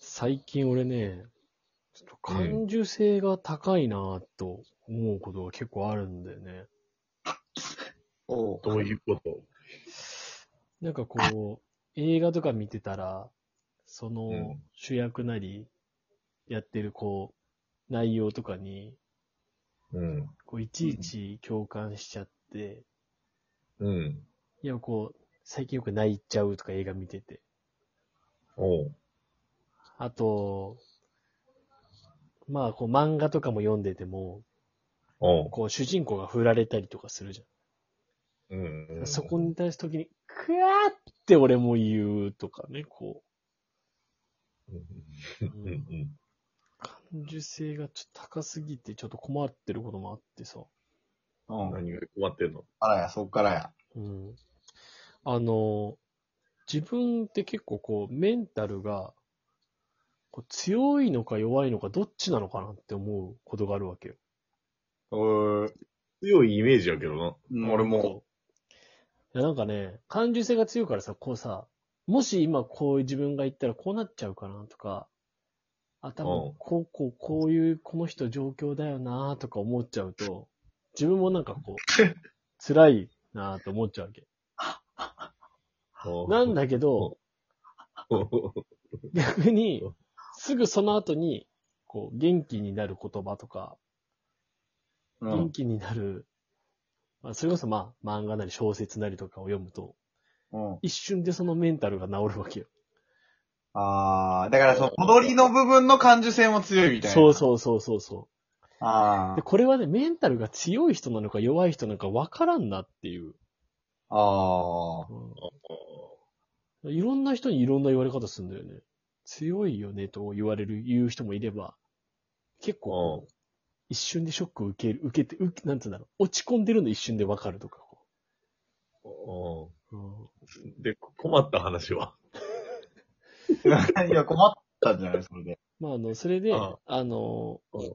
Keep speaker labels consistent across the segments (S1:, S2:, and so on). S1: 最近俺ね、ちょっと感受性が高いなぁと思うことが結構あるんだよね。
S2: おう
S3: どういうこと
S1: なんかこう、映画とか見てたら、その
S3: ん
S1: 主役なり、やってるこう、内容とかに、
S3: うん。
S1: こういちいち共感しちゃって、
S3: うん。
S1: いやこう、最近よく泣いちゃうとか映画見てて。
S3: おう。
S1: あと、まあこう漫画とかも読んでても、
S3: おう。
S1: こう主人公が振られたりとかするじゃん。
S3: うん、うん。
S1: そこに対するときに、くわーって俺も言うとかね、こ
S3: うん。
S1: う。
S3: うん。うん。
S1: 感受性がちょっと高すぎて、ちょっと困ってることもあってさ。
S2: うん。
S3: 何が困ってんの
S2: あらや、そっからや。
S1: うん。あの、自分って結構こう、メンタルが、こう強いのか弱いのかどっちなのかなって思うことがあるわけよ。
S2: おー
S3: 強いイメージやけどな。
S2: 俺も、
S1: そう。いやなんかね、感受性が強いからさ、こうさ、もし今こういう自分が言ったらこうなっちゃうかなとか、あ、多分
S3: うん
S1: こうこうこういうこの人状況だよなとか思っちゃうと、自分もなんかこう、辛いなと思っちゃうわけ。
S3: おう
S1: なんだけど、逆に、すぐその後に、こう、元気になる言葉とか、
S2: う
S1: 元
S2: ん。
S1: 気になる、まあ、それこそまあ、漫画なり小説なりとかを読むと、
S2: うん。
S1: 一瞬でそのメンタルが治るわけよ。
S2: あー、だからその踊りの部分の感受性も強いみたいな。
S1: そう
S2: う。
S1: そうそうそうそ
S2: あ
S1: う。で、
S2: ー。
S1: これはね、メンタルが強い人なのか弱い人なのか分からんなっていう。
S2: あー。
S1: うんいろんな人にいろんな言われ方するんだよね。強いよねと言われる、言う人もいれば、結構こう、一瞬でショックを受ける、受けて、受けなんつうんだろう、落ち込んでるの一瞬で分かるとか。こ
S3: おう
S1: ううん
S3: で、困った話は。
S2: いや、困ったんじゃないそれで。
S1: まあ、あの、それで、
S3: うん
S1: あの
S3: うん、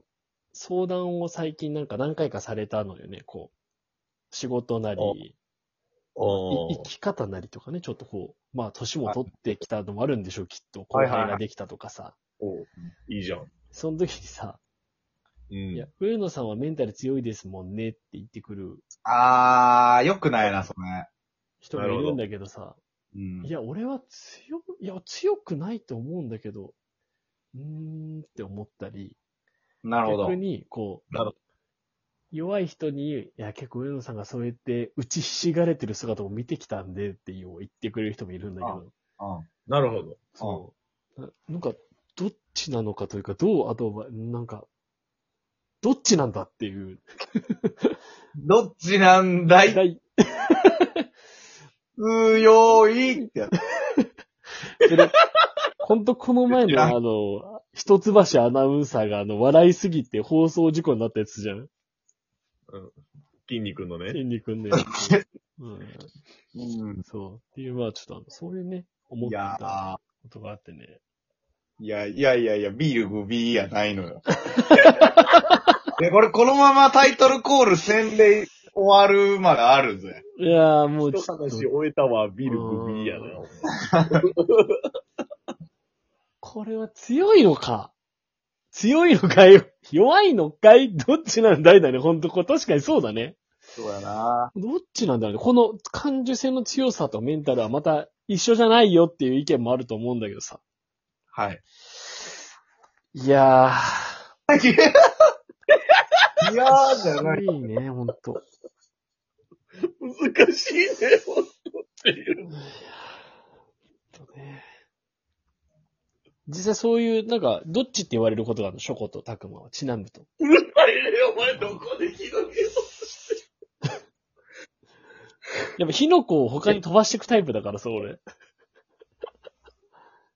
S1: 相談を最近なんか何回かされたのよね、こう。仕事な
S3: うん
S1: り、
S3: お
S1: い生き方なりとかね、ちょっとこう、まあ、年も取ってきたのもあるんでしょう、きっと。後輩
S2: はいはいは
S1: が
S2: い
S1: できたとかさ。
S3: おういいじゃん。
S1: その時にさ、
S3: うん。
S1: いや、上野さんはメンタル強いですもんねって言ってくる
S2: あー、良くないな、それ。
S1: 人がいるんだけどさ、
S2: うん。
S1: いや、俺は強、いや、強くないと思うんだけど、うーんって思ったり、
S2: なるほど
S1: 逆。に、こう
S3: なるほ、
S1: 弱い人に、いや、結構上野さんがそうやって打ちひしがれてる姿を見てきたんでっていうのを言ってくれる人もいるんだけど、
S2: う
S3: なるほど。
S1: そう。ななんか、どっちなのかというか、どうアドバイなんか、どっちなんだっていう。
S2: ん。どっちなんだい
S1: い。
S2: 強いってやつ。
S1: そ れ、ほんとこの前
S2: い
S1: の
S2: や
S1: あの、一橋アナウンサーがあの、笑いすぎて放送事故になったやつじゃん。
S3: 筋肉のね。
S1: 天理くんのや つ。うん。
S2: うん。
S1: そう。っていう、まあちょっとあの、そういうね、思っ
S2: い
S1: て
S2: や
S1: た
S2: ー。
S1: ことがあってね。
S2: いや、いやいやいや、ビールグビーやないのよ。で、これこのままタイトルコール戦で終わるまであるぜ。
S1: いやーもう
S3: 一
S1: ちょっと、
S3: 話終えたわ、ビルグビーやな。
S1: これは強いのか。強いのかい弱いのかいどっちなんだいだね。ほんと、これ確かにそうだね。
S2: そうやな
S1: どっちなんだろうね。この感受性の強さとメンタルはまた一緒じゃないよっていう意見もあると思うんだけどさ。
S2: はい。
S1: いや
S2: いやーじゃな
S1: ー、
S2: い。
S1: いいね、ほんと。
S3: 難しいね、ほんとっていう。
S1: 実際そういう、なんか、どっちって言われることがあるの、ショコとタクマは、ちなむと。
S3: あれね、お前どこでひどけ
S1: やっぱ火の粉を他に飛ばしていくタイプだからさ、俺。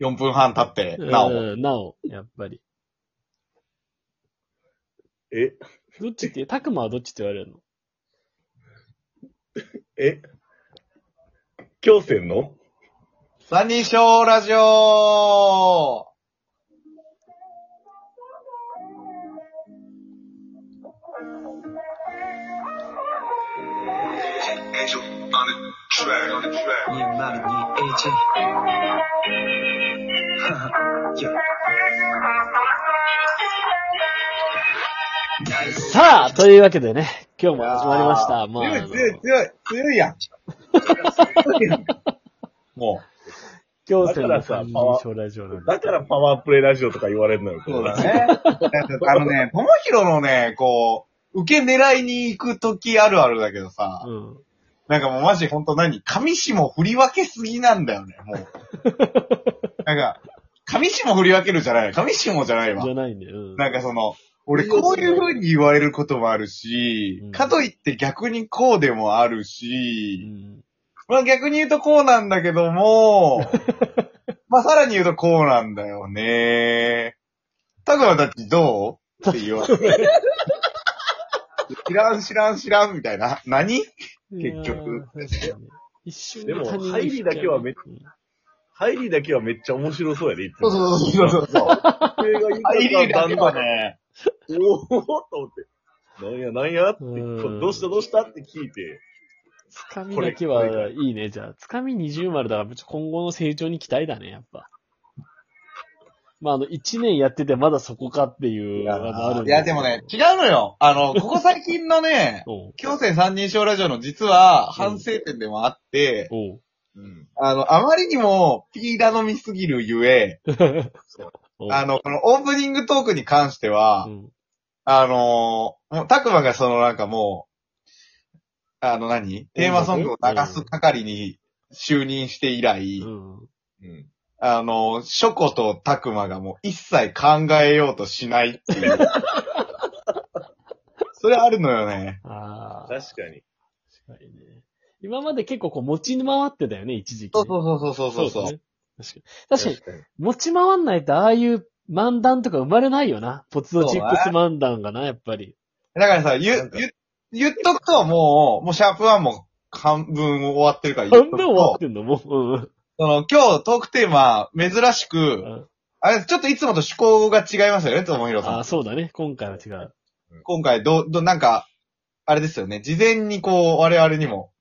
S2: 4分半経って、なお。
S1: うんなお、やっぱり。
S3: え、
S1: どっちって、タクマはどっちって言われるの
S3: え、強戦の
S2: サニーショーラジオ
S4: 2021.
S1: さあ、というわけでね、今日も始まりました。まあ、あ
S2: 強
S1: の
S2: い、強い、強い、強いやん。強いやんも
S1: 京都の
S3: だからさ
S1: 三人
S3: パワー
S1: 将来上なんで
S3: だからパワープレイラジオとか言われるのよ。
S2: う、そうだね。あのね、ともひろのね、こう、受け狙いに行くときあるあるだけどさ、
S1: うん。
S2: なんかもうマジほんと何上下も振り分けすぎなんだよね、も う。なんか、上下振り分けるじゃない上下じゃないわ
S1: じ。ゃないんで、うん。
S2: なんかその、俺こういう風に言われることもあるし、
S1: うん
S2: かといって逆にこうでもある
S1: う
S2: し、
S1: ん
S2: まあ逆に言うとこうなんだけど も、まあさらに言うとこうなんだよね。たくまたちどうって言われ て。知らん知らん知らんみたいな。何結局。
S1: いやー確かに一瞬
S3: でも
S1: 他人に
S3: 入りだけはめっ
S1: うん
S3: 入りだけはめっちゃ面白そうやで、いつ
S2: そ
S3: も。
S2: うそうそうそうそう。
S3: 入り
S2: 入りだけは
S3: ね。
S2: ね。
S3: おおと思って。なんやなんやって、
S1: うん
S3: どうしたどうしたって聞いて。
S1: つかみだけはいいね、じゃあ。つかみ二重丸だから、ちょ今後の成長に期待だね、やっぱ。まあ、あの、一年やっててまだそこかっていう、あの、あるん
S2: い
S1: だ
S2: や
S1: けど
S2: でもね、、違うのよ。あの、ここ最近のね、
S1: おう、
S2: 京成三人称ラジオの実は反省点でもあって、
S1: おう、
S3: うん。
S2: あの、あまりにもピー頼みすぎるゆえ、
S1: おう
S2: あの、このオープニングトークに関しては、
S1: うん
S2: あのー、もう、たくまがそのなんかもう、あの何テーマソングを流す係に就任して以来、
S1: うん。
S3: うん。
S2: あの、ショコとたくまがもう一切考えようとしないっていう。 それあるのよね。
S1: ああ。
S3: 確かに。
S1: 確かにね。今まで結構こう持ち回ってたよね、一時期
S2: そ
S1: ね、
S2: うそうそうそうそう。
S1: だ
S2: そう
S1: ね確かに。確かに、
S3: かに。
S1: 持ち回んないとああいう漫談とか生まれないよな。ポツドチップス漫談がな、やっぱり。
S2: だからさ、
S3: な
S2: 言
S3: ん、か
S2: 言、言っとくともう、もうシャープワンも半分終わってるから言っ
S1: 半
S2: とく
S1: 分終わっ
S2: と、
S1: てんのもう。
S2: その今日トークテーマ、珍し
S1: うんう
S2: く、
S1: ん。
S2: あれ、ちょっといつもと趣向が違いますよね、ともひろ
S1: あ
S2: さ
S1: あ、そうだね。今回は違う。
S2: ん。今回、どう、どう、なんか、あれですよね、事前にこう、我々にも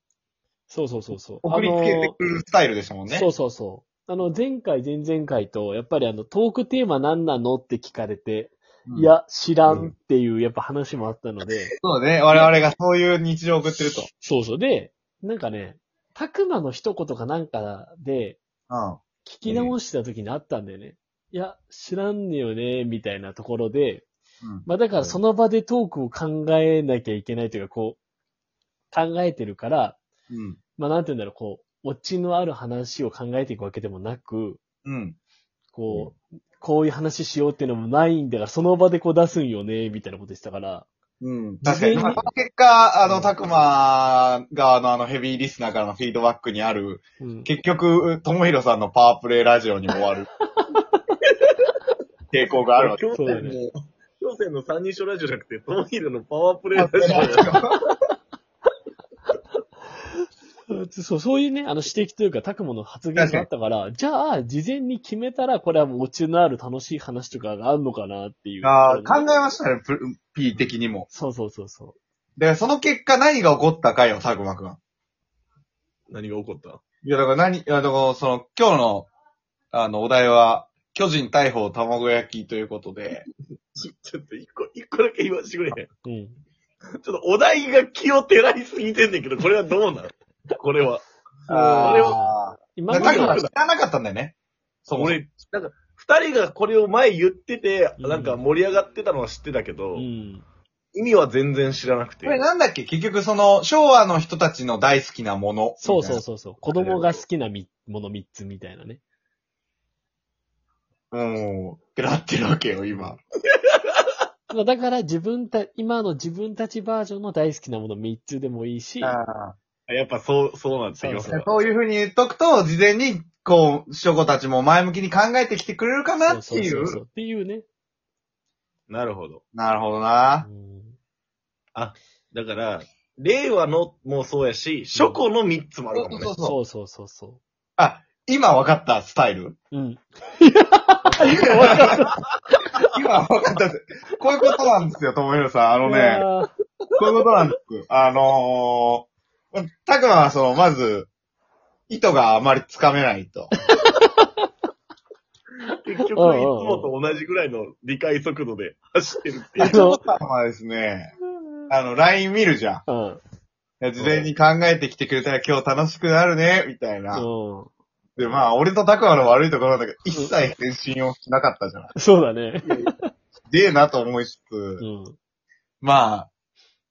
S1: そうそうそうそう。
S2: 送りつけてくるスタイルでしたもん
S1: あの
S2: ね。
S1: そうそうそう。あの、前回、前々回と、やっぱりあの、トークテーマ何なのって聞かれて、
S2: うん
S1: い、や、知らんっていう、やっぱ話もあったので、
S2: そうね、我々がそういう日常を送ってると。
S1: そうそう。で、なんかね、たくまの一言かなんかで、
S2: うん。
S1: 聞き直した時にあったんだよね。いや、知らんねよね、みたいなところで、
S2: うん
S1: まあだからその場でトークを考えなきゃいけないというか、こう、考えてるから、
S2: うん。
S1: まあなんて言うんだろう、こう、オチのある話を考えていくわけでもなく、
S2: うん。
S1: こう、こういう話しようっていうのもないんだから、その場でこう出すんよね、みたいなことでしたから、
S2: うん。確か
S1: 事前
S2: に。
S1: に
S2: まあその結果、あ
S1: う
S2: の、
S1: ん
S2: たくま側のあのヘビーリスナーからのフィードバックにある、
S1: うん、
S2: 結局、ともひろさんのパワープレイラジオに終 わる。傾向があるわけ。
S3: 京
S1: そうだ
S3: 戦
S1: ね
S3: の、京戦の三人称ラジオじゃなくて、トモヒルのパワープレイラジオ。
S1: そう、そういうね、あの指摘というか、たくもの発言があったから、じゃあ、事前に決めたら、これはもうオチのある楽しい話とかがあるのかなっていう。
S2: あー考えましたね、プ P 的にも。
S1: そうそうそうそ
S2: で、その結果何が起こったかよ、たくまくん。
S3: 何が起こった
S2: いや、だから何、いや、だからその、今日の、あの、お題は、巨人大砲卵焼きということで、
S3: ちょちょっと一個、一個だけ言わしてくれへん。
S1: う。うん。
S3: ちょっとお題が気を照らしすぎてんねんけど、これはどうなのこれは。
S1: あー
S3: れ
S2: あー、
S1: 今
S2: だか
S1: ま
S2: ら
S1: では
S2: たくま知らなかったんだよね。そう。
S3: 俺、なんか、二人がこれを前言ってて、
S1: うん
S3: なんか盛り上がってたのは知ってたけど、
S1: うん。
S3: 意味は全然知らなくて
S2: こ。れなんだっけ結局その、昭和の人たちの大好きなもの。
S1: そうそうそうそう。子供が好きなみもの3つみたいなね。
S2: う。うん。ってなってるわけよ、今。
S1: まあだから、自分た、今の自分たちバージョンの大好きなもの3つでもいいし、
S2: あ
S3: やっぱそう、そうなんですよ。
S1: そう
S2: そういうふうに言っとくと、事前に、こう、書庫たちも前向きに考えてきてくれるかなって
S1: そう
S2: い
S1: そう
S2: う。
S1: そう。っていうね。
S3: なるほど。
S2: なるほどな
S1: う。ん
S3: だから、令和のもそうやし、初古の三つもあるかもね。
S2: そうそう
S1: そうそうそうそ
S2: あ、今分かったスタイル
S1: う。うん。
S2: 今分かったっすこういうことなんですよ、ともひろさん。あの
S1: い
S2: ね、
S1: やー
S2: こういうことなんです。あのー、たくまはその、まず、意図があまりつかめないと。
S3: 結局、いつ
S1: うんうんうん
S3: もと同じぐらいの理解速度で走ってるって い
S1: あ
S3: う。
S1: の、
S2: たくまはですね、あの、LINE 見るじゃん。
S1: う
S2: い
S1: ん。
S2: や事前に考えてきてくれたら今日楽しくなるね、みたいな。
S1: そ
S2: で、まあ、俺とタクマの悪いところなんだけど、一切返信をしなかったじゃない。
S1: う。そうだね。
S2: でえなと思いつつ
S1: う、ん。
S2: まあ、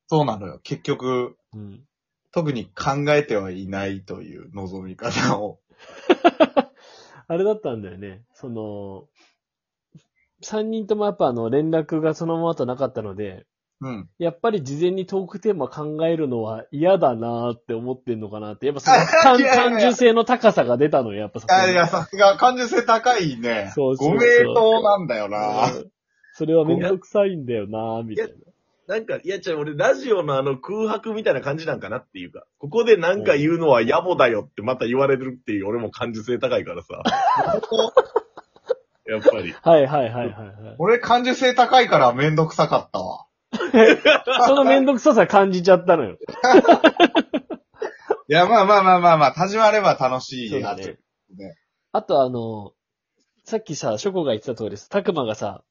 S2: そうなのよ。結局、
S1: うん。
S2: 特に考えてはいないという望み方を。
S1: あれだったんだよね。その、三人ともやっぱあの、連絡がそのままとなかったので、
S2: うん。
S1: やっぱり事前にトークテーマ考えるのは嫌だなーって思ってんのかなって。やっぱその単
S2: いやいやいや
S1: 単純性の高さが出たのよ、やっぱそこに
S2: あいや、さすが、感受性高いね。
S1: そうそうそう
S2: ご名答なんだよな。
S1: うんそれはめんどくさいんだよなーみたいな。
S3: なんか、いや、ちゃ俺、ラジオのあの空白みたいな感じなんかなっていうか、ここでなんか言うのは野暮だよってまた言われるっていう、俺も感受性高いからさ。やっぱり。
S1: はいはいはいはいはい。
S2: 俺、感受性高いからめんどくさかったわ。
S1: そのめんどくささ感じちゃったのよ。
S2: いや、まあまあまあまあまあ、始まれば楽しいやつ。ね
S1: あとあの、さっきさ、ショコが言ってた通りです。たくまがさ、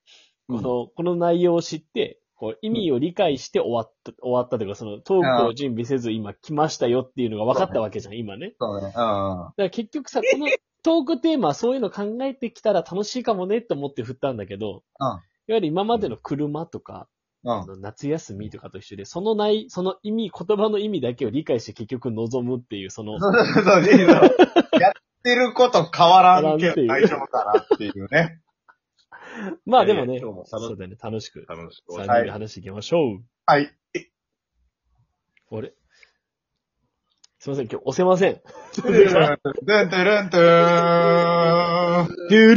S1: この、この内容を知って、こう、意味を理解して終わった、終わったというか、その、トークを準備せず今来ましたよっていうのが分かったわけじゃん、今ね。
S2: そうね。う
S1: だ
S2: ん。
S1: から結局さ、このトークテーマ、そういうの考えてきたら楽しいかもねって思って振ったんだけど、
S2: うん
S1: いわゆる今までの車とか、
S2: うん
S1: あ。の夏休みとかと一緒で、そのない、その意味、言葉の意味だけを理解して結局望むっていう、そ の、
S2: そうそうそう、いいのやってること変わらんけど
S1: 変わらんっ
S2: 大
S1: てい
S2: 丈夫かなっていうね。
S1: まあでもね、
S3: いやいや今日も楽し
S1: そうだよね、楽しく、
S3: 楽しく。
S1: 3
S2: い
S1: 人で話していきましょう。
S2: はい。
S1: あれすいません、今日押せません。
S2: トゥルントゥルントゥーン。
S1: ルール